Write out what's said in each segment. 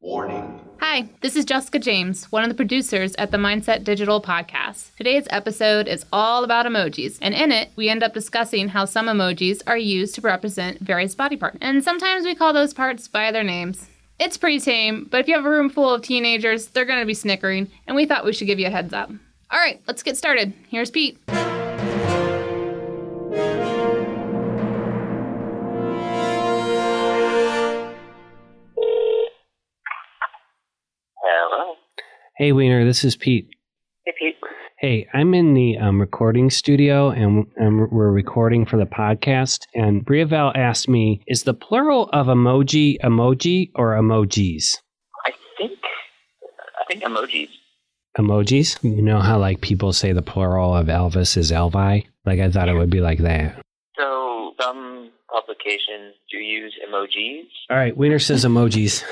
Warning. Hi, this is Jessica James, one of the producers at the Mindset Digital podcast. Today's episode is all about emojis, and in it, we end up discussing how some emojis are used to represent various body parts. And sometimes we call those parts by their names. It's pretty tame, but if you have a room full of teenagers, they're going to be snickering, and we thought we should give you a heads up. All right, let's get started. Here's Pete. Hello. Hey, Wiener, this is Pete. Hey, Pete. Hey, I'm in the um, recording studio and, and we're recording for the podcast. And Briavel asked me, is the plural of emoji emoji or emojis? I think I think emojis. Emojis? You know how, like, people say the plural of Elvis is Elvi? Like, I thought it would be like that. So some publications do use emojis. All right, Wiener says emojis.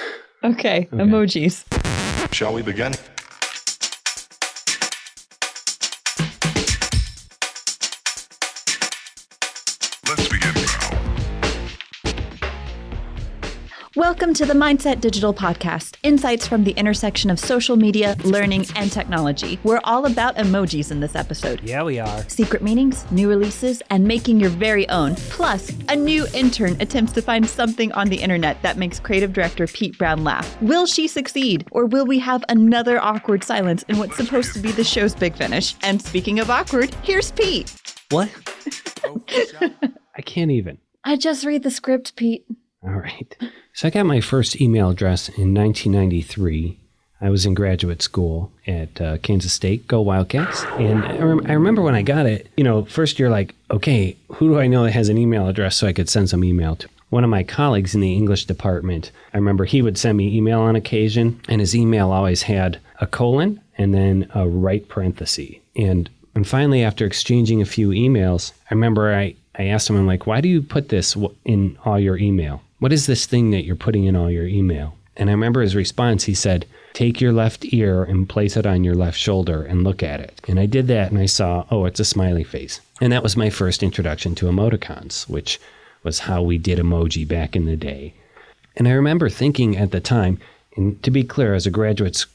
Okay. Okay, emojis. Shall we begin? Let's begin now. Welcome to the Mindset Digital Podcast insights from the intersection of social media, learning, and technology. We're all about emojis in this episode. Yeah, we are. Secret meanings, new releases, and making your very own. Plus, a new intern attempts to find something on the internet that makes creative director Pete Brown laugh. Will she succeed? Or will we have another awkward silence in what's supposed to be the show's big finish? And speaking of awkward, here's Pete. What? I can't even. I just read the script, Pete. All right. So I got my first email address in 1993. I was in graduate school at uh, Kansas State. Go Wildcats! And I, rem- I remember when I got it. You know, first you're like, okay, who do I know that has an email address so I could send some email to? One of my colleagues in the English department. I remember he would send me email on occasion, and his email always had a colon and then a right parenthesis. And and finally, after exchanging a few emails, I remember I, I asked him, I'm like, why do you put this w- in all your email? What is this thing that you're putting in all your email? And I remember his response, he said, take your left ear and place it on your left shoulder and look at it. And I did that and I saw, oh, it's a smiley face. And that was my first introduction to emoticons, which was how we did emoji back in the day. And I remember thinking at the time, and to be clear, as a graduate, s-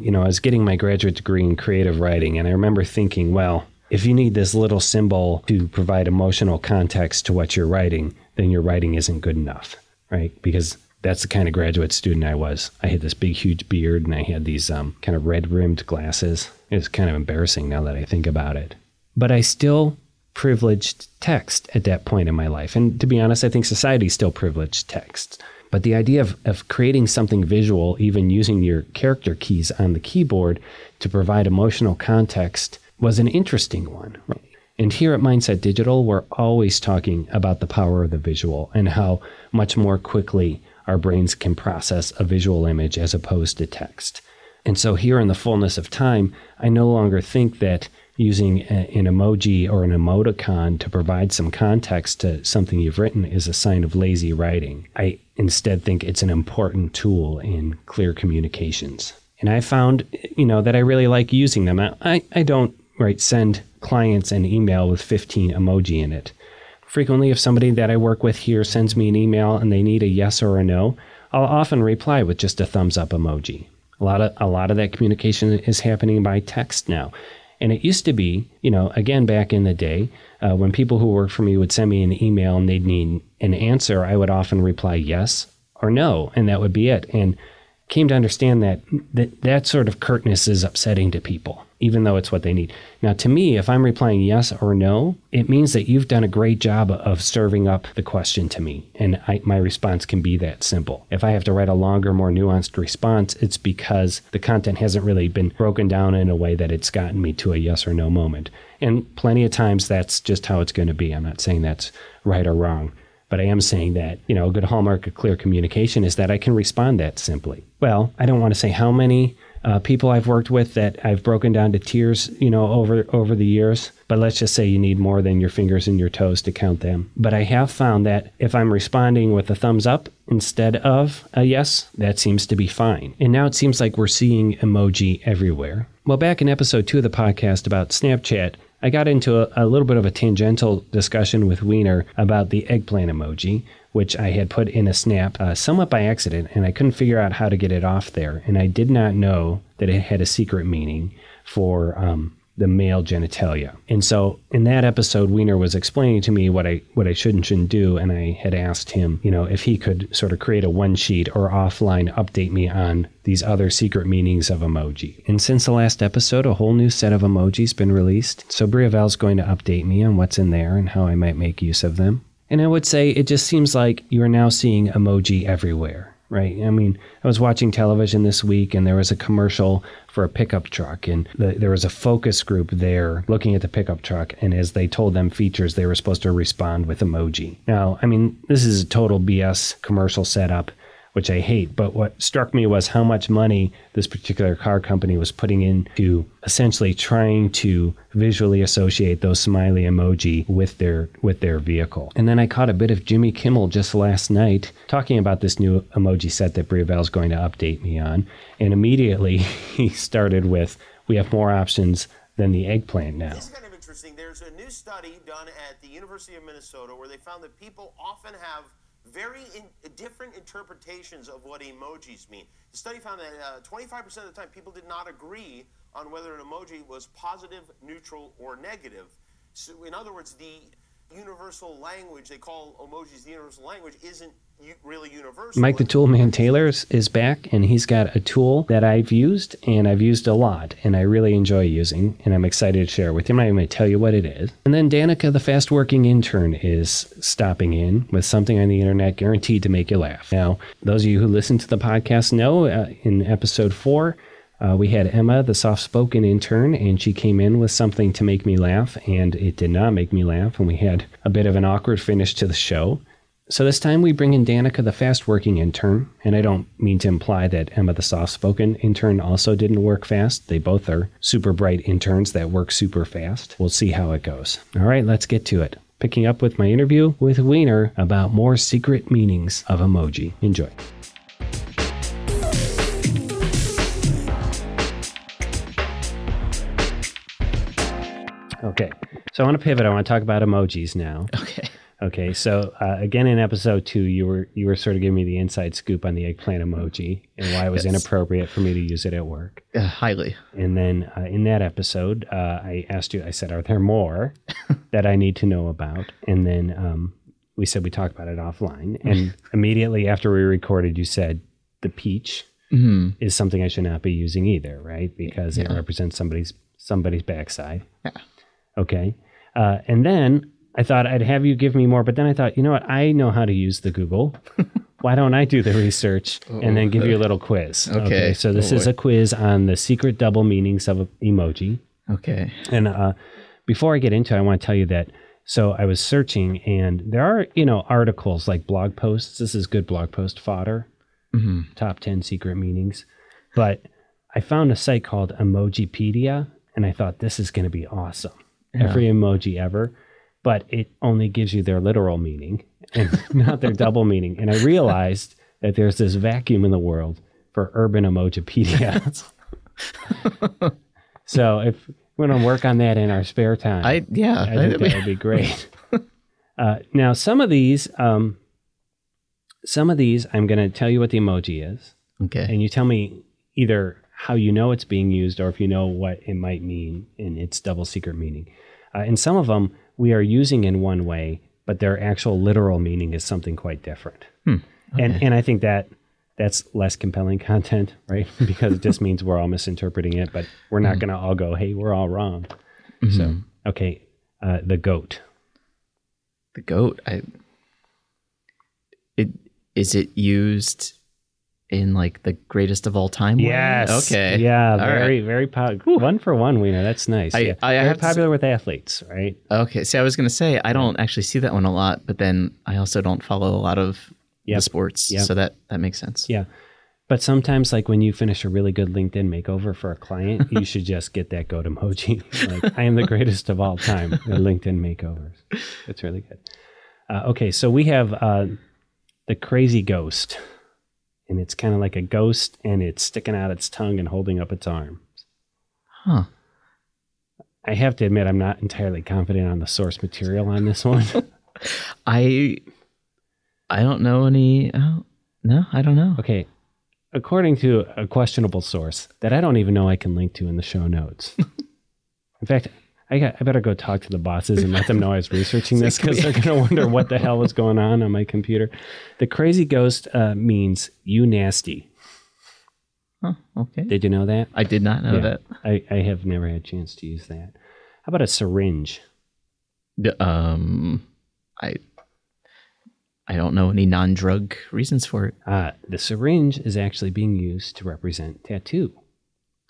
you know, I was getting my graduate degree in creative writing, and I remember thinking, well, if you need this little symbol to provide emotional context to what you're writing, then your writing isn't good enough, right? Because that's the kind of graduate student I was. I had this big, huge beard, and I had these um, kind of red rimmed glasses. It's kind of embarrassing now that I think about it. But I still privileged text at that point in my life. And to be honest, I think society still privileged text. But the idea of, of creating something visual, even using your character keys on the keyboard to provide emotional context, was an interesting one. And here at Mindset Digital, we're always talking about the power of the visual and how much more quickly our brains can process a visual image as opposed to text. And so, here in the fullness of time, I no longer think that using a, an emoji or an emoticon to provide some context to something you've written is a sign of lazy writing. I instead think it's an important tool in clear communications. And I found, you know, that I really like using them. I, I, I don't, right, send clients an email with 15 emoji in it frequently if somebody that I work with here sends me an email and they need a yes or a no, I'll often reply with just a thumbs up emoji. A lot of a lot of that communication is happening by text now. And it used to be, you know, again back in the day, uh, when people who worked for me would send me an email and they'd need an answer, I would often reply yes or no, and that would be it. And came to understand that that, that sort of curtness is upsetting to people, even though it's what they need. Now, to me, if I'm replying yes or no, it means that you've done a great job of serving up the question to me, and I, my response can be that simple. If I have to write a longer, more nuanced response, it's because the content hasn't really been broken down in a way that it's gotten me to a yes or no moment. And plenty of times that's just how it's going to be. I'm not saying that's right or wrong. But I am saying that, you know, a good hallmark of clear communication is that I can respond that simply. Well, I don't want to say how many uh, people I've worked with that I've broken down to tears, you know, over over the years. But let's just say you need more than your fingers and your toes to count them. But I have found that if I'm responding with a thumbs up instead of a yes, that seems to be fine. And now it seems like we're seeing emoji everywhere. Well, back in episode two of the podcast about Snapchat, I got into a, a little bit of a tangential discussion with Wiener about the eggplant emoji, which I had put in a snap uh, somewhat by accident, and I couldn't figure out how to get it off there. And I did not know that it had a secret meaning for um, the male genitalia. And so in that episode, Wiener was explaining to me what I what I should and shouldn't do, and I had asked him, you know, if he could sort of create a one sheet or offline update me on these other secret meanings of emoji. And since the last episode, a whole new set of emojis been released. So Briavel's going to update me on what's in there and how I might make use of them. And I would say it just seems like you are now seeing emoji everywhere right? I mean, I was watching television this week and there was a commercial for a pickup truck, and the, there was a focus group there looking at the pickup truck. And as they told them features, they were supposed to respond with emoji. Now, I mean, this is a total BS commercial setup. Which I hate, but what struck me was how much money this particular car company was putting into essentially trying to visually associate those smiley emoji with their with their vehicle. And then I caught a bit of Jimmy Kimmel just last night talking about this new emoji set that Briavel's going to update me on, and immediately he started with, "We have more options than the eggplant now." This is kind of interesting. There's a new study done at the University of Minnesota where they found that people often have very in, different interpretations of what emojis mean. The study found that uh, 25% of the time people did not agree on whether an emoji was positive, neutral, or negative. So, in other words, the universal language they call emojis the universal language isn't u- really universal. Mike the Toolman Taylor is- is back, and he's got a tool that I've used, and I've used a lot, and I really enjoy using, and I'm excited to share with you. I'm not even going to tell you what it is. And then Danica, the fast working intern, is stopping in with something on the internet guaranteed to make you laugh. Now, those of you who listen to the podcast know uh, in episode four, uh, we had Emma, the soft spoken intern, and she came in with something to make me laugh, and it did not make me laugh, and we had a bit of an awkward finish to the show. So this time we bring in Danica, the fast working intern, and I don't mean to imply that Emma, the soft spoken intern, also didn't work fast. They both are super bright interns that work super fast. We'll see how it goes. All right, let's get to it. Picking up with my interview with Wiener about more secret meanings of emoji. Enjoy. Okay. So I want to pivot. I want to talk about emojis now. Okay. Okay. So uh, again, in episode two, you were you were sort of giving me the inside scoop on the eggplant emoji and why it was Yes. inappropriate for me to use it at work. Uh, highly. And then uh, in that episode, uh, I asked you. I said, "Are there more that I need to know about?" And then um, we said we talked about it offline. And immediately after we recorded, you said the peach hmm is something I should not be using either, right? Because it represents somebody's somebody's backside. Yeah. Okay. Uh, and then I thought I'd have you give me more, but then I thought, you know what? I know how to use the Google. Why don't I do the research and then give you a little quiz? Oh. Okay. so this Oh, is boy. a quiz on the secret double meanings of emoji. Okay. And uh, before I get into it, I want to tell you that. So I was searching, and there are you know articles like blog posts. This is good blog post fodder. Top ten secret meanings, but I found a site called Emojipedia, and I thought this is going to be awesome. Every emoji ever, but it only gives you their literal meaning and not their double meaning. And I realized that there's this vacuum in the world for urban emojipedia. so if we're going to work on that in our spare time, I yeah. I think that would be great. uh, now, some of these, um, some of these, I'm going to tell you what the emoji is, okay. and you tell me either how you know it's being used or if you know what it might mean in its double secret meaning. Uh, and some of them we are using in one way, but their actual literal meaning is something quite different. Hmm. And and I think that that's less compelling content, right? because it just means we're all misinterpreting it, but we're Hmm. not going to all go, "Hey, we're all wrong." Mm-hmm. So, okay, uh, the goat. The goat. I. It is it used in like the greatest of all time? way? Okay. Yeah. All right. Very very po- one for one wiener. That's nice. I- yeah. I- I very have to s- popular with athletes, right? Okay. See, I was gonna say I don't actually see that one a lot, but then I also don't follow a lot of the Yep. sports, Yep. so that that makes sense. Yeah. But sometimes, like when you finish a really good LinkedIn makeover for a client, you should just get that goat emoji. like, I am the greatest of all time at LinkedIn makeovers. It's really good. Uh, okay, so we have uh, the crazy ghost, and it's kind of like a ghost, and it's sticking out its tongue and holding up its arm. Huh. I have to admit, I'm not entirely confident on the source material on this one. I I don't know any. I oh, don't, no, I don't know. Okay. According to a questionable source that I don't even know I can link to in the show notes. in fact, I, got, I better go talk to the bosses and let them know I was researching this because they're going to wonder what the hell was going on on my computer. The crazy ghost uh, means you nasty. Huh, okay. Did you know that? I did not know Yeah. that. I, I have never had a chance to use that. How about a syringe? D- um, I I don't know any non-drug reasons for it. Uh, the syringe is actually being used to represent tattoo.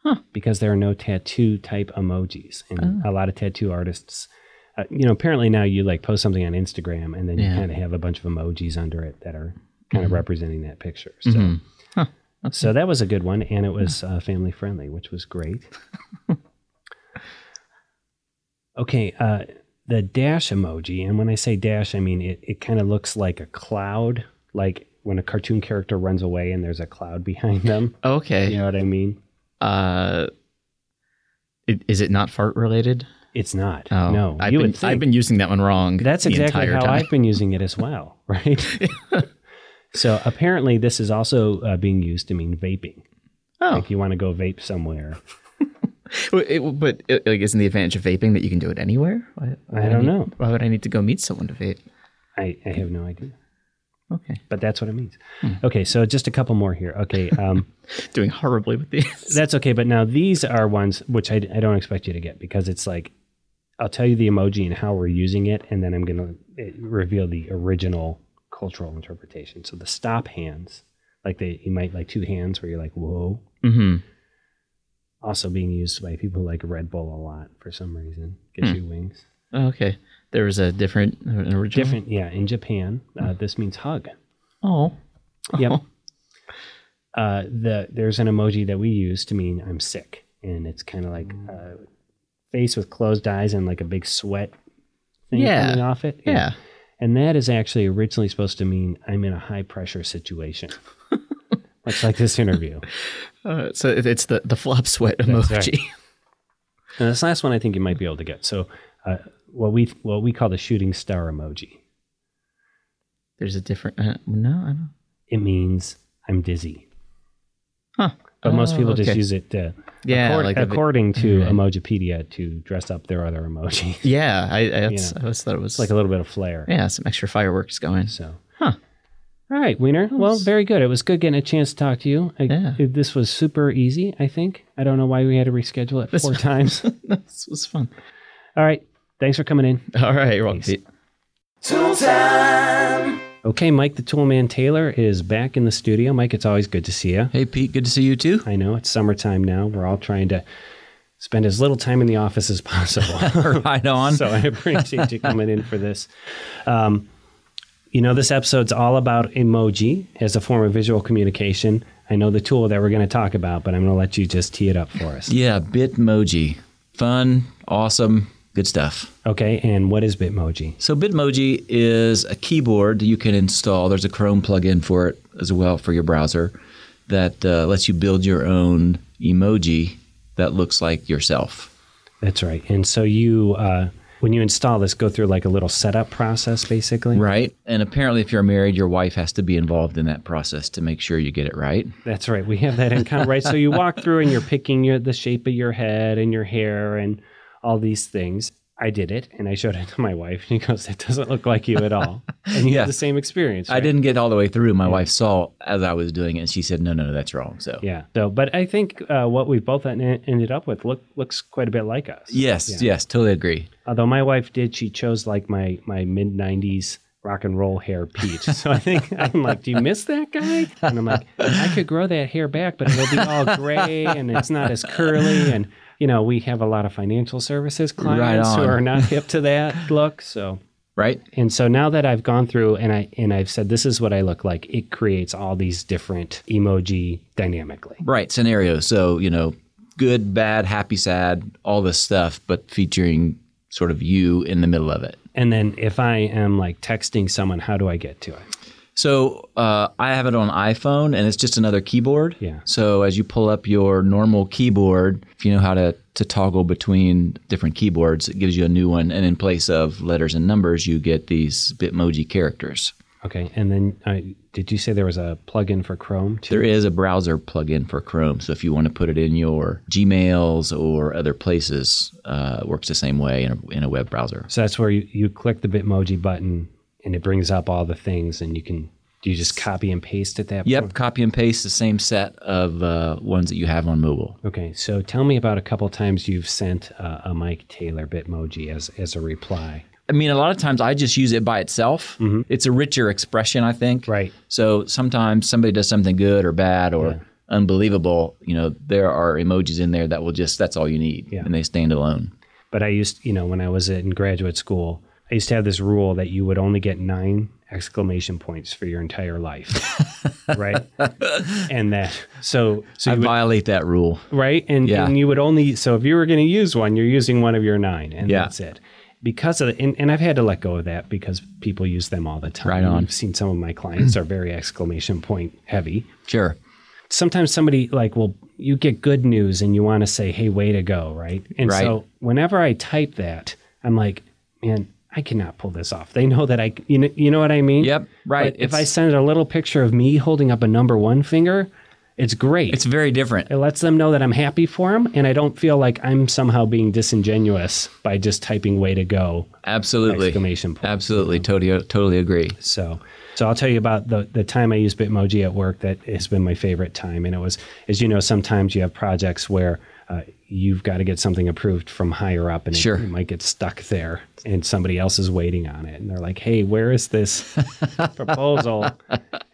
Huh. Oh. Because there are no tattoo type emojis. And a lot of tattoo artists, uh, you know, apparently now you like post something on Instagram and then you Yeah. Mm-hmm. kind of have a bunch of emojis under it that are kind of representing that picture. So. So that was a good one, and it was uh, family friendly, which was great. okay, uh, the dash emoji, and when I say dash, I mean it, it kind of looks like a cloud, like when a cartoon character runs away and there's a cloud behind them. Okay. You know what I mean? Uh, it, is it not fart related? It's not. Oh no, I've you been would think. I've been using that one wrong. That's the exactly entire how time. I've been using it as well, right? so apparently, this is also uh, being used to mean vaping. Oh, Like you want to go vape somewhere. Well, it- but it, like, isn't the advantage of vaping that you can do it anywhere? Why, why would don't need- know. Why would I need to go meet someone to vape? I, I have no idea. Okay, but that's what it means. Okay, so just a couple more here. Okay, um, doing horribly with these. that's okay. But now these are ones which I, I don't expect you to get because it's like I'll tell you the emoji and how we're using it, and then I'm gonna eh, reveal the original cultural interpretation. So the stop hands, like they you might like two hands where you're like whoa, hmm also being used by people who like Red Bull a lot for some reason. Get you wings. Okay, there was a different an original. Different, yeah. In Japan, uh, this means hug. Oh, Yep. Uh, the there's an emoji that we use to mean I'm sick, and it's kind of like Mm. uh, face with closed eyes and like a big sweat thing Yeah. coming off it. yeah. and that is actually originally supposed to mean I'm in a high pressure situation, much like this interview. Uh, so it- it's the the flop sweat emoji. Now this last one I think you might be able to get. So uh, what we what we call the shooting star emoji. There's a different. Uh, no, I don't. It means I'm dizzy, Huh. but most Oh, people just okay. use it. To, Yeah, accord- like a Mm-hmm. bit- according to Right. Emojipedia, to dress up their other emojis. Yeah, I I, that's, Yeah. I always thought it was It's like a little bit of flair. yeah some extra fireworks going. So, Huh. All right, Wiener. Well, very good. It was good getting a chance to talk to you. I, Yeah. This was super easy, I think. I don't know why we had to reschedule it That's four fine. times. this was fun. All right. Thanks for coming in. All right, you're welcome. Thanks. Pete. Okay, Mike the Toolman Taylor is back in the studio. Mike, it's always good to see you. Hey Pete, good to see you too. I know it's summertime now. We're all trying to spend as little time in the office as possible. right on. so I appreciate you coming in for this. Um, you know, this episode's all about emoji as a form of visual communication. I know the tool that we're going to talk about, but I'm going to let you just tee it up for us. Yeah, Bitmoji. Fun, awesome, good stuff. Okay, and what is Bitmoji? So Bitmoji is a keyboard you can install. There's a Chrome plugin for it as well for your browser that uh, lets you build your own emoji that looks like yourself. That's right. And so you, uh, when you install this, go through like a little setup process, basically. Right? And apparently if you're married, your wife has to be involved in that process to make sure you get it right. That's right. We have that in common, right? So you walk through and you're picking your, the shape of your head and your hair and all these things. I did it, and I showed it to my wife, and she goes, "That doesn't look like you at all." And you Yeah. had the same experience. I right? didn't get all the way through. My wife saw as I was doing it and she said, "No, no, no, that's wrong." So Yeah. So, but I think uh, what we both en- ended up with look, looks quite a bit like us. Yes, Yeah. yes, totally agree. Although my wife did, she chose like my my mid '90s rock and roll hair peach. So I think I'm like, do you miss that guy? And I'm like, I could grow that hair back, but it'll be all gray and it's not as curly. And you know, we have a lot of financial services clients who on. are not hip to that look. So. Right? And so now that I've gone through and I and I've said this is what I look like, it creates all these different emoji dynamically. Right, scenario. So, you know, good, bad, happy, sad, all this stuff, but featuring sort of you in the middle of it. And then if I am like texting someone, how do I get to it? So uh, I have it on iPhone and it's just another keyboard. Yeah. So as you pull up your normal keyboard, if you know how to, to toggle between different keyboards, it gives you a new one. And in place of letters and numbers, you get these Bitmoji characters. Okay, and then uh, did you say there was a plugin for Chrome too? There is a browser plugin for Chrome, so if you want to put it in your Gmails or other places, uh, it works the same way in a, in a web browser. So that's where you, you click the Bitmoji button and it brings up all the things, and you can do you just copy and paste at that Yep, point? copy and paste the same set of uh, ones that you have on mobile. Okay, so tell me about a couple times you've sent uh, a Mike Taylor Bitmoji as, as a reply. I mean, a lot of times I just use it by itself. It's a richer expression, I think. Mm-hmm. Right. So sometimes somebody does something good or bad or unbelievable. You know, there are emojis in there that will just, that's all you need. Yeah. And they stand alone. But I used, you know, when I was in graduate school, I used to have this rule that you would only get nine exclamation points for your entire life, right? And that, so, so I you would, violate that rule. right? And, Yeah. and you would only, so if you were going to use one, you're using one of your nine, and Yeah. that's it. Because of, and, and I've had to let go of that because people use them all the time. Right on. I've seen some of my clients are very exclamation point heavy. Sure. sometimes somebody like well you get good news and you want to say hey way to go right and Right. so whenever i type that i'm like man i cannot pull this off they know that i you know, you know what i mean Yep, right. But if i It's- send a little picture of me holding up a number one finger it's great It's very different. it lets them know that i'm happy for them and i don't feel like i'm somehow being disingenuous by just typing way to go Absolutely. Exclamation point. Absolutely. Totally, totally agree. So, so I'll tell you about the the time I used Bitmoji at work. That has been my favorite time, and it was, as you know, sometimes you have projects where uh, you've got to get something approved from higher up, and it- Sure. it, might get stuck there, and somebody else is waiting on it, and they're like, "Hey, where is this proposal?"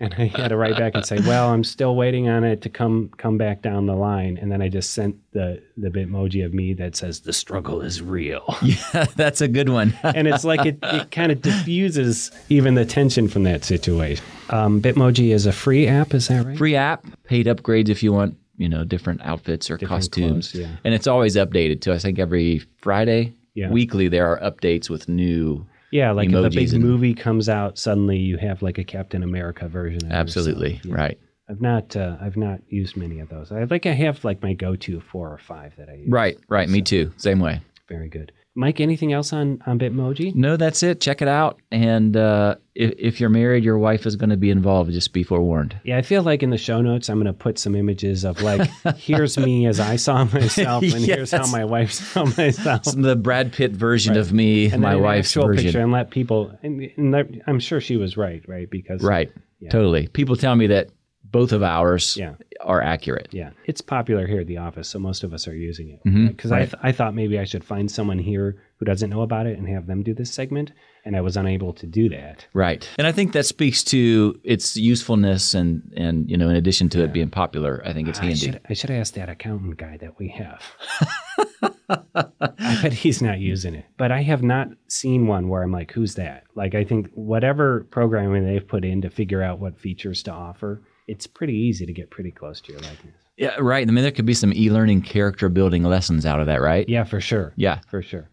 and I had to write back and say, "Well, I'm still waiting on it to come come back down the line," and then I just sent the the Bitmoji of me that says, "The struggle is real." That's a good one. and it's like it, it kind of diffuses even the tension from that situation. Um, Bitmoji is a free app, is that right? Free app, paid upgrades if you want, you know, different outfits or costumes. clothes, yeah. And it's always updated too. I think every Friday, Yeah. weekly, there are updates with new. Yeah, like if a Emojis big and- movie comes out, suddenly you have like a Captain America version. Of it or Absolutely. something. Yeah. Right. I've not uh, I've not used many of those. I like I have like my go to four or five that I use. Right. Right. Me too. Same way. Very good. Mike, anything else on on Bitmoji? No, that's it. Check it out. And uh, if, if you're married, your wife is going to be involved. Just be forewarned. Yeah, I feel like in the show notes I'm going to put some images of like here's me as I saw myself, and here's how Yes. my wife saw myself. The Brad Pitt version of me, and my then an wife's actual version. picture and let people and, and let- i'm sure she was right right because Right. Totally. People tell me that both of ours Yeah. are accurate. yeah it's popular here at the office so most of us are using it Mm-hmm. because I, th- I thought maybe i should find someone here who doesn't know about it and have them do this segment and i was unable to do that Right. And I think that speaks to its usefulness and and you know in addition to it being popular, I think it's Ah, I handy. should, I should ask that accountant guy that we have. I bet he's not using it. But I have not seen one where I'm like, who's that? Like, I think whatever programming they've put in to figure out what features to offer, it's pretty easy to get pretty close to your likeness. Yeah, right. I mean there could be some e-learning character building lessons out of that, right? Yeah, for sure. Yeah. for sure.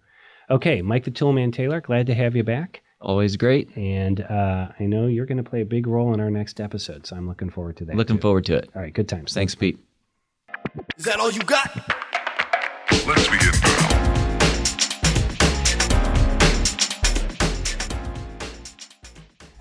Okay, Mike the Toolman Taylor, glad to have you back. Always great. And uh, I know you're going to play a big role in our next episode, so I'm looking forward to that. Looking too. forward to it. All right, good times. Thanks, Pete. Is that all you got? Let's begin now.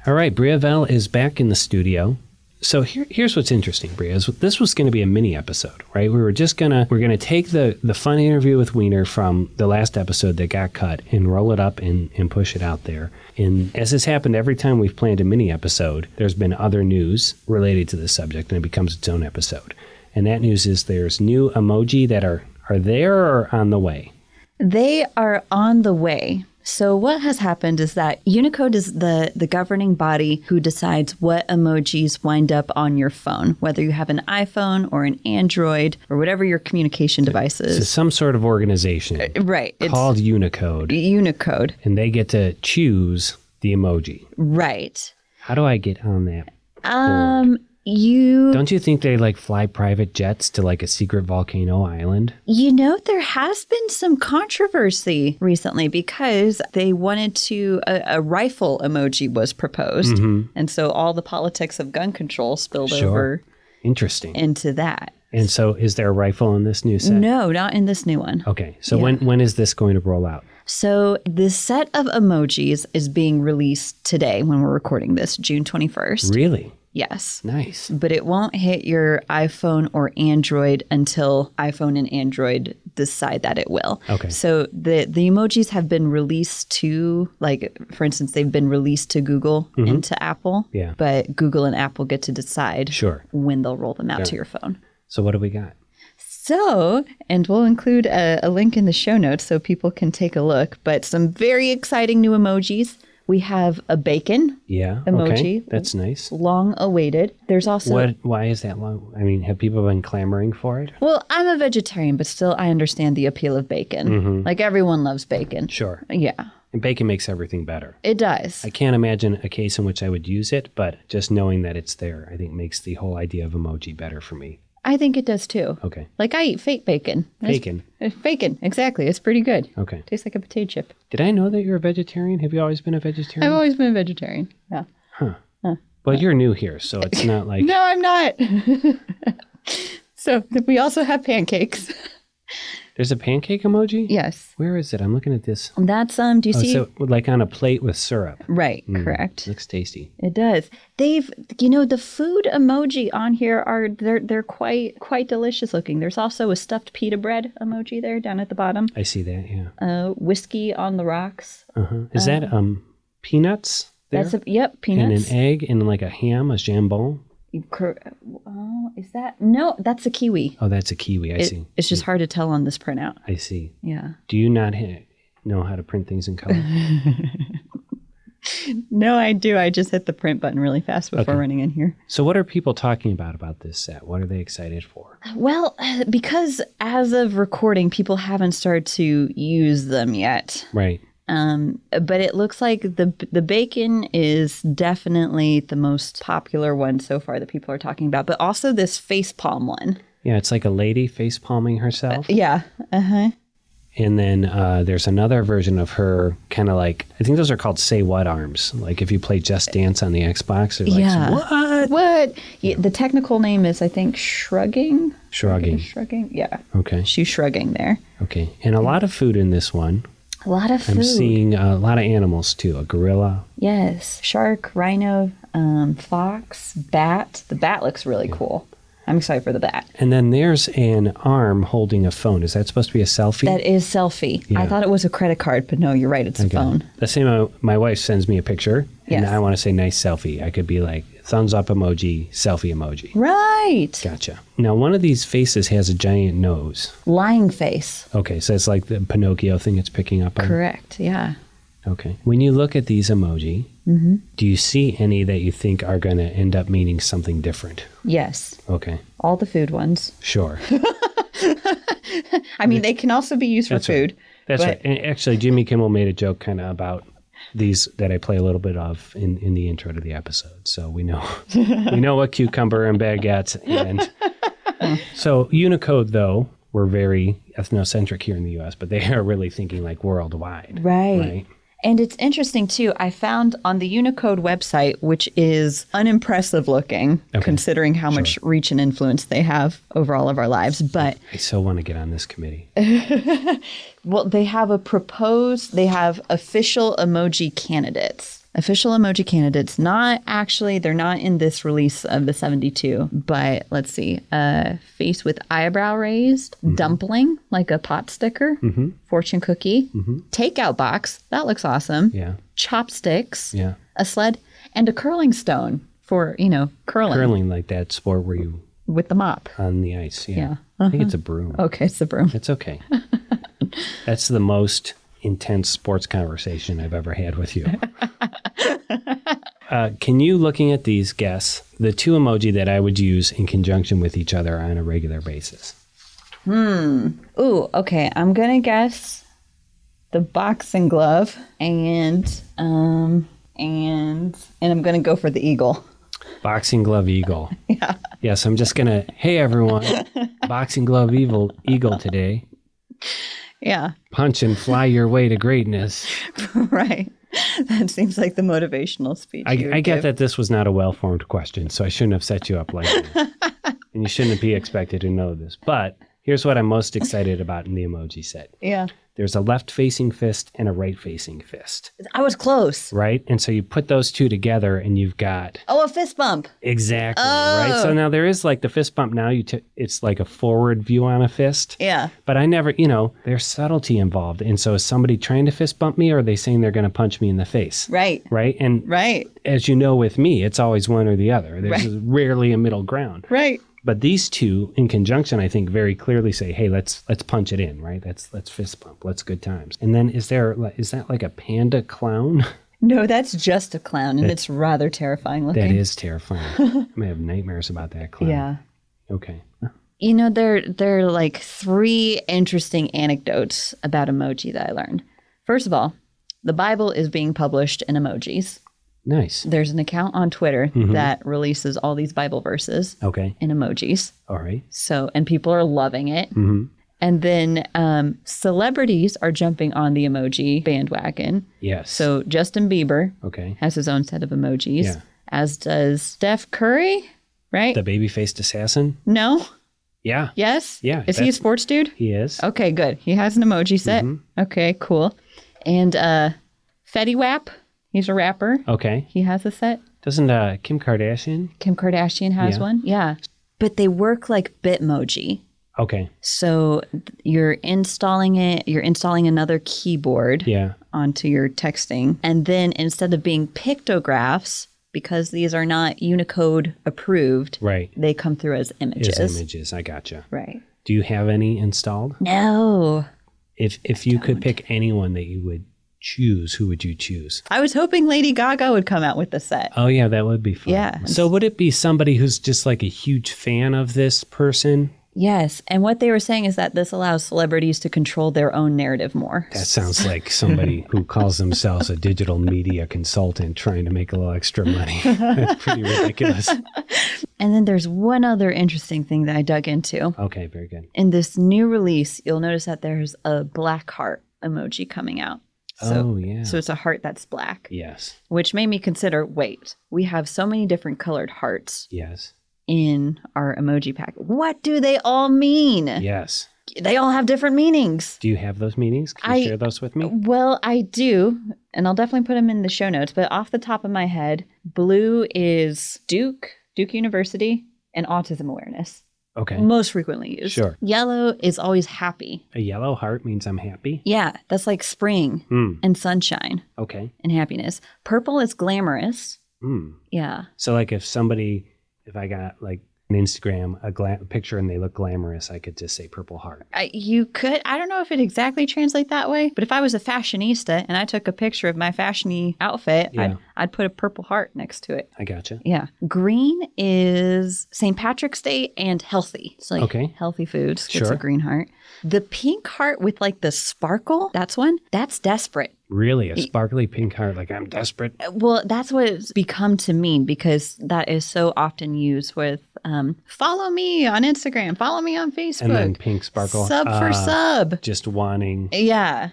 All right, Bria Vell is back in the studio. So here, here's what's interesting, Bria. Is this was going to be a mini episode, right? We were just gonna we're gonna take the the fun interview with Wiener from the last episode that got cut and roll it up and and push it out there. And as has happened every time we've planned a mini episode, there's been other news related to this subject, and it becomes its own episode. And that news is there's new emoji that are are there or on the way. They are on the way. So what has happened is that Unicode is the the governing body who decides what emojis wind up on your phone, whether you have an iPhone or an Android or whatever your communication device So is. some sort of organization Right. It's called Unicode, Unicode. and they get to choose the emoji. Right. How do I get on that? Um you Don't you think they like fly private jets to like a secret volcano island? You know, there has been some controversy recently because they wanted to, a, a rifle emoji was proposed. And so all the politics of gun control spilled Sure. over Interesting. And, into that. so is there a rifle in this new set? No, not in this new one. Okay. So when when is this going to roll out? So, this set of emojis is being released today when we're recording this, June 21st. Really? Yes. Nice. But it won't hit your iPhone or Android until iPhone and Android decide that it will. Okay. So the the emojis have been released to like for instance they've been released to Google and to Apple. Mm-hmm. Yeah. But Google and Apple get to decide Sure. when they'll roll them out to your phone. So what do we got? So, and we'll include a, a link in the show notes so people can take a look. But some very exciting new emojis. We have a bacon, Yeah. Okay. Emoji. That's nice. long awaited. There's also what? Why is that long? I mean, have people been clamoring for it? Well, I'm a vegetarian, but still, I understand the appeal of bacon. Like everyone loves bacon. Sure. Yeah, And bacon makes everything better. it does. I can't imagine a case in which I would use it, but just knowing that it's there, I think makes the whole idea of emoji better for me. I think it does too. Okay. Like I eat fake bacon. It's- Bacon. uh, Bacon, exactly. It's pretty good. Okay. Tastes like a potato chip. Did I know that you're a vegetarian? Have you always been a vegetarian? I've always been a vegetarian. Yeah. well, you're new here, so it's not like No, I'm not. so th- we also have pancakes. there's a pancake emoji. Yes, Where is it? I'm looking at this. that's um. Do you Oh, see? so Hmm. like on a plate with syrup. right. Correct. Looks tasty. It does. They've, you know, the food emoji on here are they're they're quite quite delicious looking. There's also a stuffed pita bread emoji there down at the bottom. I see that. Yeah. Uh, whiskey on the rocks. Uh-huh. Is that um peanuts there? That's a yep and peanuts. an egg and like a ham, a jambon. You cor- oh, is that no? That's a kiwi. Oh, that's a kiwi. I It- see. Hmm. it's just hard to tell on this printout. I see. Yeah. Do you not ha- know how to print things in color? No, I do. I just hit the print button really fast before running in here. so, what are people talking about about this set? What are they excited for? Well, uh, because as of recording, people haven't started to use them yet. Right. Um, but it looks like the the bacon is definitely the most popular one so far that people are talking about. But also this face palm one. Yeah, it's like a lady face palming herself. Yeah. Uh huh. And then uh, there's another version of her, kind of like, I think those are called Say What Arms. Like if you play Just Dance on the Xbox, they're like Yeah. what? What? Yeah, the technical name is I think shrugging. Shrugging. Shrugging. Yeah. Okay. She's shrugging there. Okay. And a lot of food in this one. A lot of food. I'm seeing a lot of animals too a gorilla, Yes. Shark, rhino, um, fox, bat. The bat looks really cool. I'm excited for the bat. And then there's an arm holding a phone. Is that supposed to be a selfie? That is selfie. I thought it was a credit card, but no, you're right. It's a Okay. phone. The same. uh, My wife sends me a picture, and Yes. I want to say nice selfie. I could be like thumbs up emoji, selfie emoji. Right. Gotcha. Now one of these faces has a giant nose. Lying face. Okay, so it's like the Pinocchio thing it's picking up on. Correct. Yeah. Okay. When you look at these emoji, Mm-hmm. do you see any that you think are going to end up meaning something different? Yes. Okay, All the food ones. sure. I mean, they can also be used for That's right. food. That's But- right. And actually, Jimmy Kimmel made a joke kind of about these that I play a little bit of in, in the intro to the episode. So we know we know what cucumber and baguettes and so Unicode though we're very ethnocentric here in the U.S., but they are really thinking like worldwide. Right. Right. And it's interesting too. I found on the Unicode website, which is unimpressive looking, considering how much reach and influence they have over all of our lives. But I so want to get on this committee. Uh, well, they have a proposed. They have official emoji candidates. Official emoji candidates. Not actually. They're not in this release of the seventy-two. But let's see. Uh, face with eyebrow raised, Mm-hmm. dumpling like a pot sticker, fortune cookie, takeout box. That looks awesome. Mm-hmm. Yeah. Chopsticks. Yeah. a sled, and a curling stone for, you know, curling, Curling like that sport where you with the mop. on the ice. Yeah. Yeah. Uh-huh. I think it's a broom. Okay, it's the broom. It's okay. That's the most intense sports conversation I've ever had with you. uh, can you, looking at these, guess the two emoji that I would use in conjunction with each other on a regular basis? Ooh, okay, I'm gonna guess the boxing glove and, um, and, and I'm gonna go for the eagle. Boxing glove eagle. Yeah. Yes, I'm just gonna. Hey everyone, boxing glove evil eagle today. Yeah, Punch and fly your way to greatness. right. That seems like the motivational speech. I, you would I get give. that this was not a well formed question, so I shouldn't have set you up like that. and you shouldn't be expected to know this. But here's what I'm most excited about in the emoji set Yeah. There's a left facing fist and a right facing fist, I was close. right? And so you put those two together and you've got Oh, a fist bump. exactly, right? So Oh. now there is like the fist bump now you t- it's like a forward view on a fist. Yeah. But I never, you know, there's subtlety involved. And so is somebody trying to fist bump me or are they saying they're going to punch me in the face? Right. Right? And Right. as you know with me, it's always one or the other. There's Right. rarely a middle ground. Right. But these two in conjunction I think very clearly say, "Hey, let's let's punch it in, right? Let's let's fist bump. Let's good times." And then is there is that like a panda clown? No, that's just a clown, and it's rather terrifying looking. that is terrifying. I'm going to have nightmares about that clown. Yeah. Okay. You know, there there are like three interesting anecdotes about emoji that I learned. First of all, the Bible is being published in emojis. Nice. There's an account on Twitter Mm-hmm. that releases all these Bible verses Okay. in emojis. All right. Mm-hmm. So, and people are loving it. And then um, celebrities are jumping on the emoji bandwagon. Yes. So Justin Bieber okay. has his own set of emojis, Yeah. as does Steph Curry, right? The baby-faced assassin? no? Yeah. Yes? Yeah, Is he a that's- sports dude? He is. Okay, good. He has an emoji set. Mm-hmm. Okay, cool. And uh Fetty Wap, he's a rapper. Okay. He has a set. Doesn't uh, Kim Kardashian? Kim Kardashian has Yeah. one. Yeah. But they work like Bitmoji. Okay. So th- you're installing it, you're installing another keyboard Yeah. onto your texting. And then instead of being pictographs, because these are not Unicode approved, Right. they come through as images. Is images. I gotcha. Right. Do you have any installed? No. If if you could pick anyone that you would choose, who would you choose? I was hoping Lady Gaga would come out with the set. Oh yeah, that would be fun. Yeah. So would it be somebody who's just like a huge fan of this person? Yes. And what they were saying is that this allows celebrities to control their own narrative more. That sounds like somebody who calls themselves a digital media consultant trying to make a little extra money. That's pretty ridiculous. And then there's one other interesting thing that I dug into. Okay, very good. In this new release, you'll notice that there's a black heart emoji coming out. So, oh yeah. so it's a heart that's black, yes. which made me consider wait, we have so many different colored hearts Yes. in our emoji pack. What do they all mean? Yes. They all have different meanings. Do you have those meetings? Can you I- share those with me? Well, I do, and I'll definitely put them in the show notes, but off the top of my head, blue is Duke, Duke University, and autism awareness. Okay. Most frequently used. Sure. Yellow is always happy. A yellow heart means I'm happy. Yeah, that's like spring Hmm. and sunshine Okay. and happiness. Purple is glamorous. Hmm. Yeah. So like if somebody, if I got like an Instagram a gla- picture and they look glamorous, I could just say purple heart. I, you could, I don't know if it exactly translates that way, but if I was a fashionista and I took a picture of my fashiony outfit, Yeah. I'd, I'd put a purple heart next to it. I gotcha. Yeah. Green is St. Patrick's Day and healthy. It's like Okay. healthy foods. Gets Sure. a green heart. The pink heart with like the sparkle, that's one. That's desperate. Really, a sparkly pink heart. Like I'm desperate. Uh, Well, that's what it's become to mean because that is so often used with um, follow me on Instagram, follow me on Facebook, And then pink sparkle. sub for Ah, sub. Just wanting, Yeah.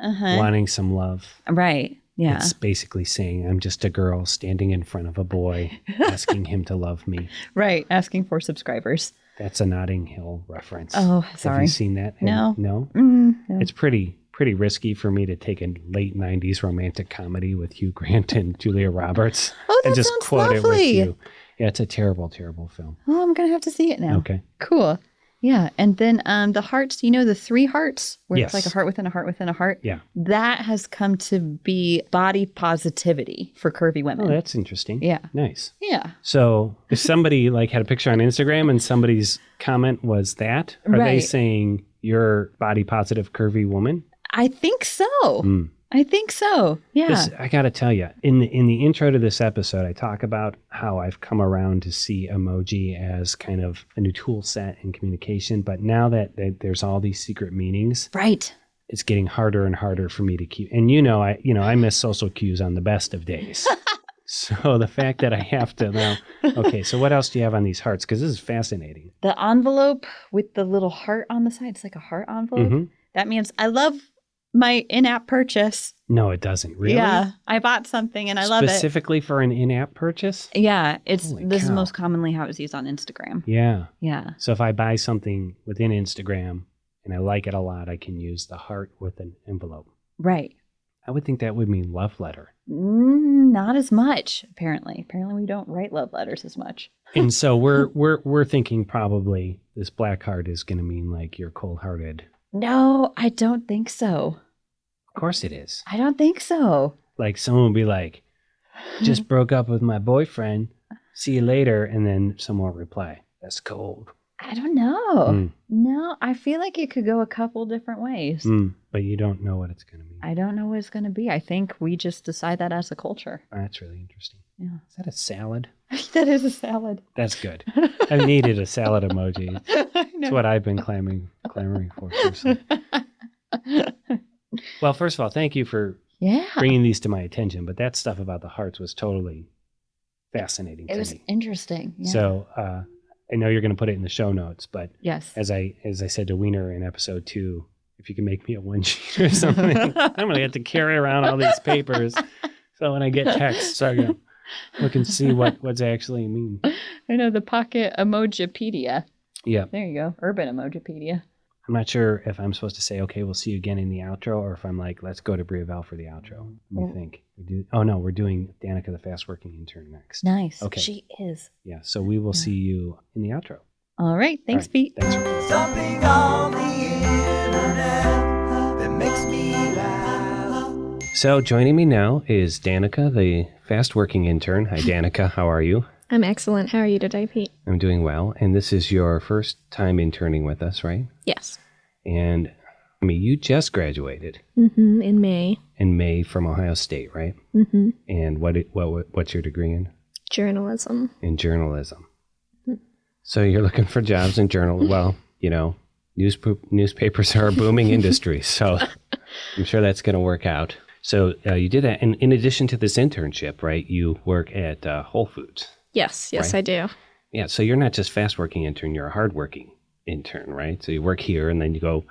wanting some love. Right. Yeah. It's basically saying I'm just a girl standing in front of a boy, asking him to love me. Right. Asking for subscribers. That's a Notting Hill reference. Oh, Have sorry. you seen that? No. No. Mm, no. It's pretty pretty risky for me to take a late '90s romantic comedy with Hugh Grant and Julia Roberts Oh, and that just sounds quote it with lovely. you. Yeah, it's a terrible, terrible film. Oh, I'm going to have to see it now. Okay, Cool. Yeah. And then um, the hearts, you know, the three hearts, where Yes. it's like a heart within a heart within a heart. yeah. That has come to be body positivity for curvy Oh, women. that's interesting. Yeah. nice. yeah. So, if somebody like had a picture on Instagram and somebody's comment was that, are they Right. saying you're body positive, curvy woman? I think so. Hmm. I think so. Yeah. This, I gotta tell you, in the in the intro to this episode, I talk about how I've come around to see emoji as kind of a new tool set in communication. But now that, that there's all these secret meanings, right. it's getting harder and harder for me to keep. And you know, I you know I miss social cues on the best of days. so the fact that I have to now, okay. So what else do you have on these hearts? Because this is fascinating. The envelope with the little heart on the side. It's like a heart envelope. Mhm. That means I love my in app purchase. No, it doesn't really. Yeah. I bought something and I love it. Specifically for an in-app purchase. Yeah. It's Holy this is cow. most commonly how it's used on Instagram. Yeah. Yeah. So if I buy something within Instagram and I like it a lot, I can use the heart with an envelope. Right. I would think that would mean love letter. Mm, not as much, apparently. Apparently, we don't write love letters as much. and so we're we're we're thinking probably this black heart is going to mean like you're cold hearted. No, I don't think so. Of course it is. I don't think so. Like someone would be like, "Just broke up with my boyfriend. See you later," and then someone will reply, "That's cold." I don't know. Mm. No, I feel like it could go a couple different ways. Mm, but you don't know what it's going to mean. I don't know what it's going to be. I think we just decide that as a culture. That's really interesting. Yeah. Is that a salad? that is a salad. That's good. I've needed a salad emoji. I That's know. what I've been clamoring clamoring for. seriously. Well, first of all, thank you for yeah. bringing these to my attention. But that stuff about the hearts was totally fascinating It to was me. interesting. Yeah. So uh, I know you're going to put it in the show notes, but yes. as I as I said to Wiener in episode two, if you can make me a one sheet or something, I'm going to have to carry around all these papers. So when I get texts, I can look and see what what's actually mean. I know the pocket emojipedia. Yeah, There you go. Urban emojipedia. I'm not sure if I'm supposed to say okay, we'll see you again in the outro, or if I'm like, let's go to Briavelle for the outro. Let me Well- think. We do. Oh no, we're doing Danica the fast working intern next. Nice. Okay. She is. Yeah, so we will see you in the outro. All right. Thanks, All right, Pete. Thanks. For- Something on the internet that makes me laugh. So joining me now is Danica, the fast working intern. Hi, Danica. How are you? I'm excellent. How are you today, Pete? I'm doing well. And this is your first time interning with us, right? Yes. And I mean, you just graduated Mm-hmm. In May. in May from Ohio State, right? Mm-hmm. And what it- what what's your degree in? Journalism. In journalism. So you're looking for jobs in journal. Well, you know, news, newspapers are a booming industry, so I'm sure that's going to work out. So uh, you did that, and in addition to this internship, right? You work at uh, Whole Foods. Yes. Yes, Right. I do. Yeah, so you're not just fast working intern, you're a hard working intern, right? So you work here and then you go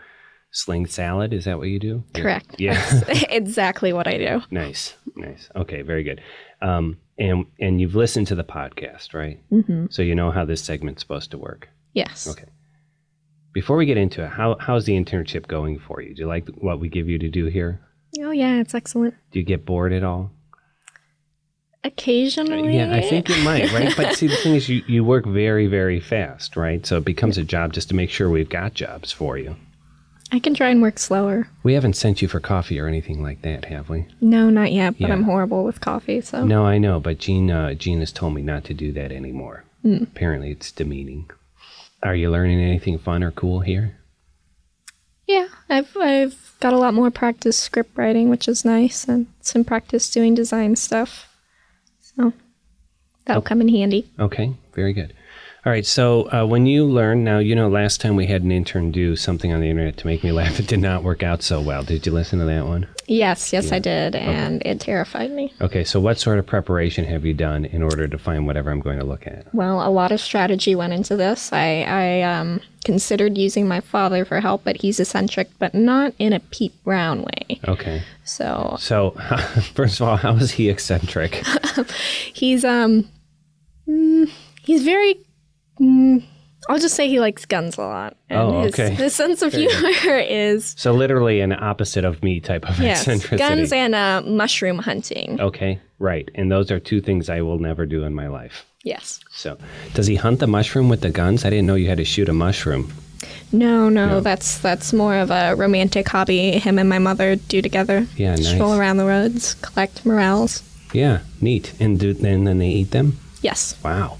sling salad. Is that what you do? You're- Correct. Yeah. That's exactly what I do. nice. Nice. Okay, very good. Um, and and you've listened to the podcast, right? Mm-hmm. So you know how this segment's supposed to work. Yes. Okay. Before we get into it, how how's the internship going for you? Do you like what we give you to do here? Oh yeah, it's excellent. Do you get bored at all? Occasionally. Yeah, I think it might, right? But see, the thing is, you, you work very, very fast, right? So it becomes a job just to make sure we've got jobs for you. I can try and work slower. We haven't sent you for coffee or anything like that, have we? No, not yet. But Yeah. I'm horrible with coffee, so No, I know, but Jean, uh, Jean has told me not to do that anymore. Apparently, it's demeaning. Are you learning anything fun or cool here? yeah, I've I've got a lot more practice script writing, which is nice, and some practice doing design stuff. So that'll Oh. come in handy. Okay, very good. All right, so uh, when you learn now, you know, last time we had an intern do something on the internet to make me laugh. It did not work out so well. Did you listen to that one? Yes, yes, I did, and it terrified me. Okay, so what sort of preparation have you done in order to find whatever I'm going to look at? Well, a lot of strategy went into this. I, I um, considered using my father for help, but he's eccentric, but not in a Pete Brown way. Okay, So so first of all, how is he eccentric? he's um, mm, he's very. Mm, I'll just say he likes guns a lot, and Oh, his, okay. his sense of humor is So literally an opposite of me type of yes, eccentricity. Oh. guns and uh, mushroom hunting. Okay, right. And those are two things I will never do in my life. Yes, So, does he hunt the mushroom with the guns? I didn't know you had to shoot a mushroom. no, no, that's that's more of a romantic hobby. Him and my mother do together. Yeah, nice. stroll around the roads, collect morels. Yeah, neat. And do, and then they eat them. Yes. Wow,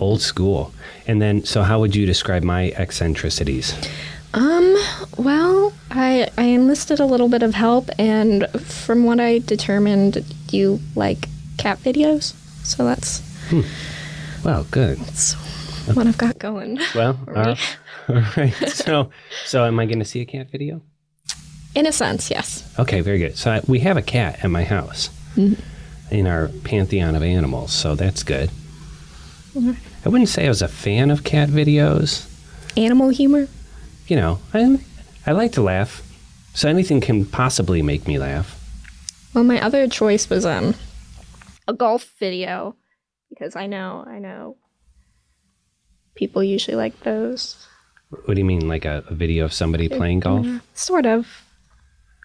old school. And then, so how would you describe my eccentricities? Um, well, I I enlisted a little bit of help and from what I determined you like cat videos. So that's Well, good. that's what I've got going. Well, uh, all right. All right. So, so am I going to see a cat video? In a sense, yes. Okay, very good. So I, we have a cat at my house in our pantheon of animals, so that's good. I wouldn't say I was a fan of cat videos. Animal humor? You know, I, I like to laugh, so anything can possibly make me laugh. Well, my other choice was um a golf video because I know I know people usually like those. What do you mean, like a, a video of somebody playing golf? Sort of.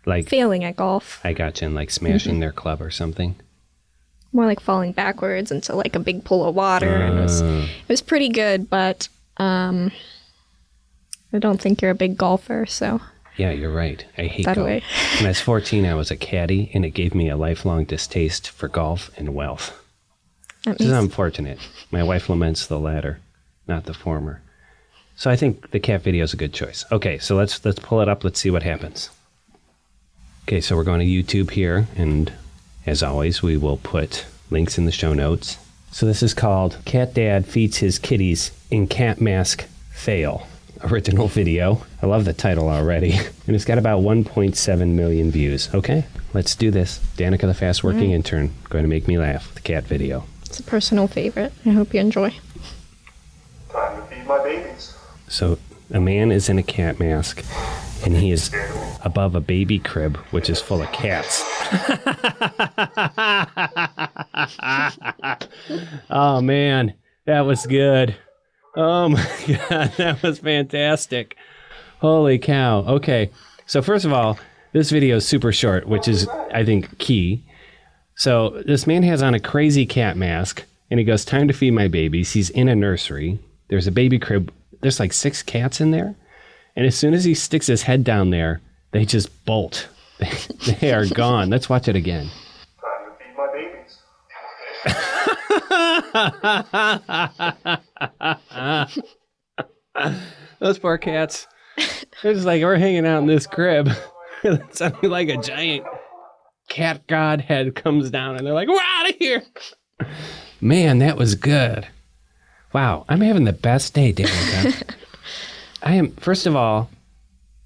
Like Failing at golf. I gotcha, and like Mm-hmm. smashing their club or something. More like falling backwards into like a big pool of water. And it, was, Ah. it was pretty good, but um, I don't think you're a big golfer, so Yeah, you're right. I hate That golf. way. When I was 14, I was a caddy, and it gave me a lifelong distaste for golf and wealth. that This is um, means unfortunate. My wife laments the latter, not the former. So I think the cat video is a good choice. Okay, so let's let's pull it up. Let's see what happens. Okay, so we're going to YouTube here, and as always, we will put links in the show notes. So this is called "Cat Dad Feeds His Kitties in Cat Mask Fail." Original video. I love the title already, and it's got about 1.7 million views. Okay, let's do this. Danica, the fast-working intern, going to make me laugh. with The cat video. it's a personal favorite. I hope you enjoy. Time to feed my babies. So a man is in a cat mask, and he is above a baby crib, which is full of cats. oh man, that was good. Oh my god, that was fantastic. Holy cow. Okay. So first of all, this video is super short, which is I think key. So this man has on a crazy cat mask and he goes, Time to feed my babies. He's in a nursery. There's a baby crib. There's like six cats in there. And as soon as he sticks his head down there, they just bolt. they are gone. Let's watch it again. Time to feed my babies. Those poor cats. They're just like, we're hanging out in this crib. It's something like a giant cat god head comes down and they're like, we're out of here. Man, that was good. Wow, I'm having the best day, Danica. I am, first of all,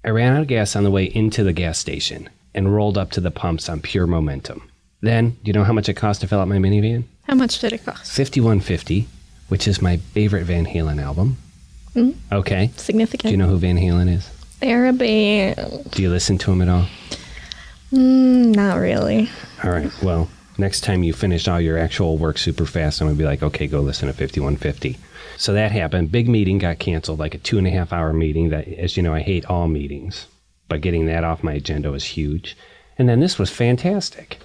I ran out of gas on the way into the gas station and rolled up to the pumps on pure momentum. Then, do you know how much it cost to fill out my minivan? How much did it cost? 5150, which is my favorite Van Halen album. Mhm. Okay. Do Significant. you know who Van Halen is? They're a band. Do you listen to him at all? Mm, not really. All right. Well, next time you finish all your actual work super fast, I'm going to be like, okay, go listen to 5150. So that happened. Big meeting got canceled, like a two and a half hour meeting. That, as you know, I hate all meetings, but getting that off my agenda was huge. And then this was fantastic.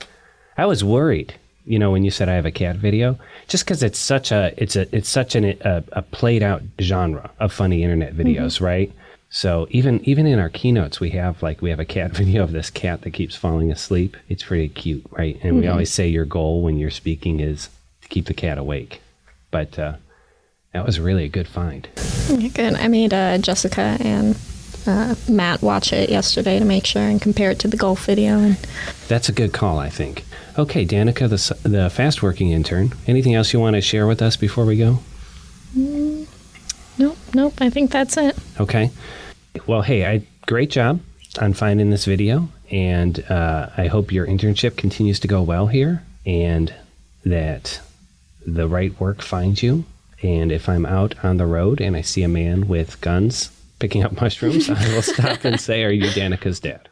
I was worried, you know, when you said I have a cat video, just because it's such a it's a it's such an, a, a played out genre of funny internet videos, right? So even even in our keynotes, we have like we have a cat video of this cat that keeps falling asleep. It's pretty cute, right? And we always say your goal when you're speaking is to keep the cat awake. But uh, that was really a good find. You're good. I made uh, Jessica and uh, Matt watch it yesterday to make sure and compare it to the golf video. And That's a good call, I think. Okay, Danica, the s- the fast working intern. Anything else you want to share with us before we go? nope, nope. I think that's it. Okay. Well, hey, I great job on finding this video, and uh, I hope your internship continues to go well here, and that the right work finds you. And if I'm out on the road and I see a man with guns picking up mushrooms, I will stop and say, "Are you Danica's dad?"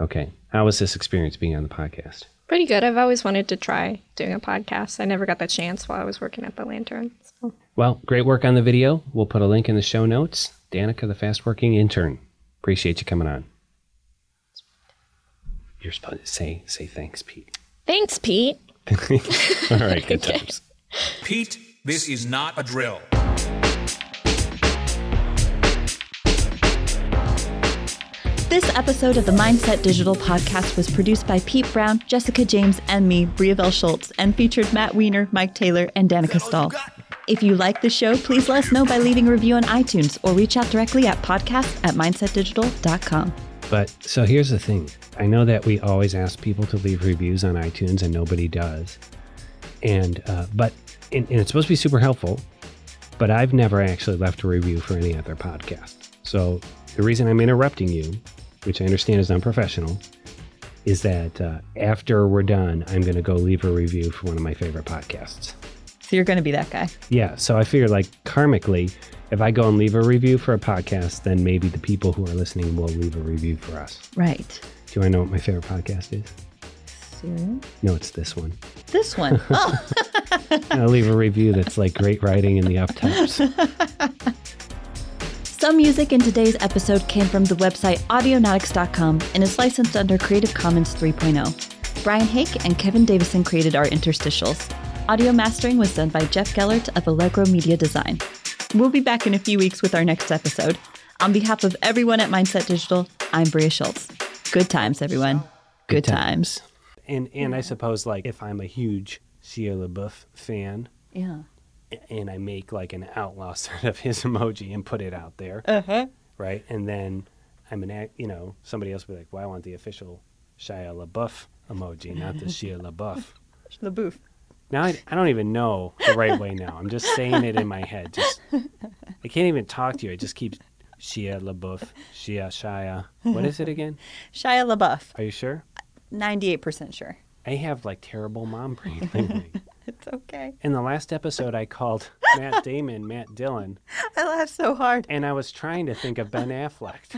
Okay. How was this experience being on the podcast? Pretty good. I've always wanted to try doing a podcast. I never got the chance while I was working at the Lantern. So. Well, great work on the video. We'll put a link in the show notes. Danica, the fast working intern. Appreciate you coming on. You're supposed to say say thanks, Pete. Thanks, Pete. All right, good times. Pete, this is not a drill. This episode of the Mindset Digital podcast was produced by Pete Brown, Jessica James, and me, Briavel Schultz, and featured Matt Weiner, Mike Taylor, and Danica Stahl. If you like the show, please let us know by leaving a review on iTunes or reach out directly at podcast at mindsetdigital.com. But so here's the thing. I know that we always ask people to leave reviews on iTunes and nobody does. And uh, but and, and it's supposed to be super helpful. But I've never actually left a review for any other podcast. So the reason I'm interrupting you, which I understand is unprofessional, is that uh, after we're done, I'm going to go leave a review for one of my favorite podcasts. So you're going to be that guy. Yeah, so I figure like karmically, if I go and leave a review for a podcast, then maybe the people who are listening will leave a review for us. Right. Do you want to know what my favorite podcast is? So No, it's this one. this one. Oh. I'll leave a review that's like great writing in the up tops. Some music in today's episode came from the website audionautics.com and is licensed under Creative Commons 3.0. Brian Hake and Kevin Davison created our interstitials. Audio mastering was done by Jeff Gellert of Allegro Media Design. We'll be back in a few weeks with our next episode. On behalf of everyone at Mindset Digital, I'm Bria Schultz. Good times, everyone. Good, times. And and I suppose like if I'm a huge Shia LaBeouf fan, Yeah. a- and I make like an outlaw sort of his emoji and put it out there, Uh-huh. right? And then I'm an act, you know somebody else will be like, well, I want the official Shia LaBeouf emoji, not the Shia LaBeouf. LaBouffe. Now I, I don't even know the right way. Now I'm just saying it in my head. Just I can't even talk to you. It just keeps Shia LaBeouf, Shia Shia. What is it again? Shia LaBeouf, Are you sure? 98% sure. I have like terrible mom brain. lately. It's okay. In the last episode, I called Matt Damon Matt Dillon, I laughed so hard. and I was trying to think of Ben Affleck.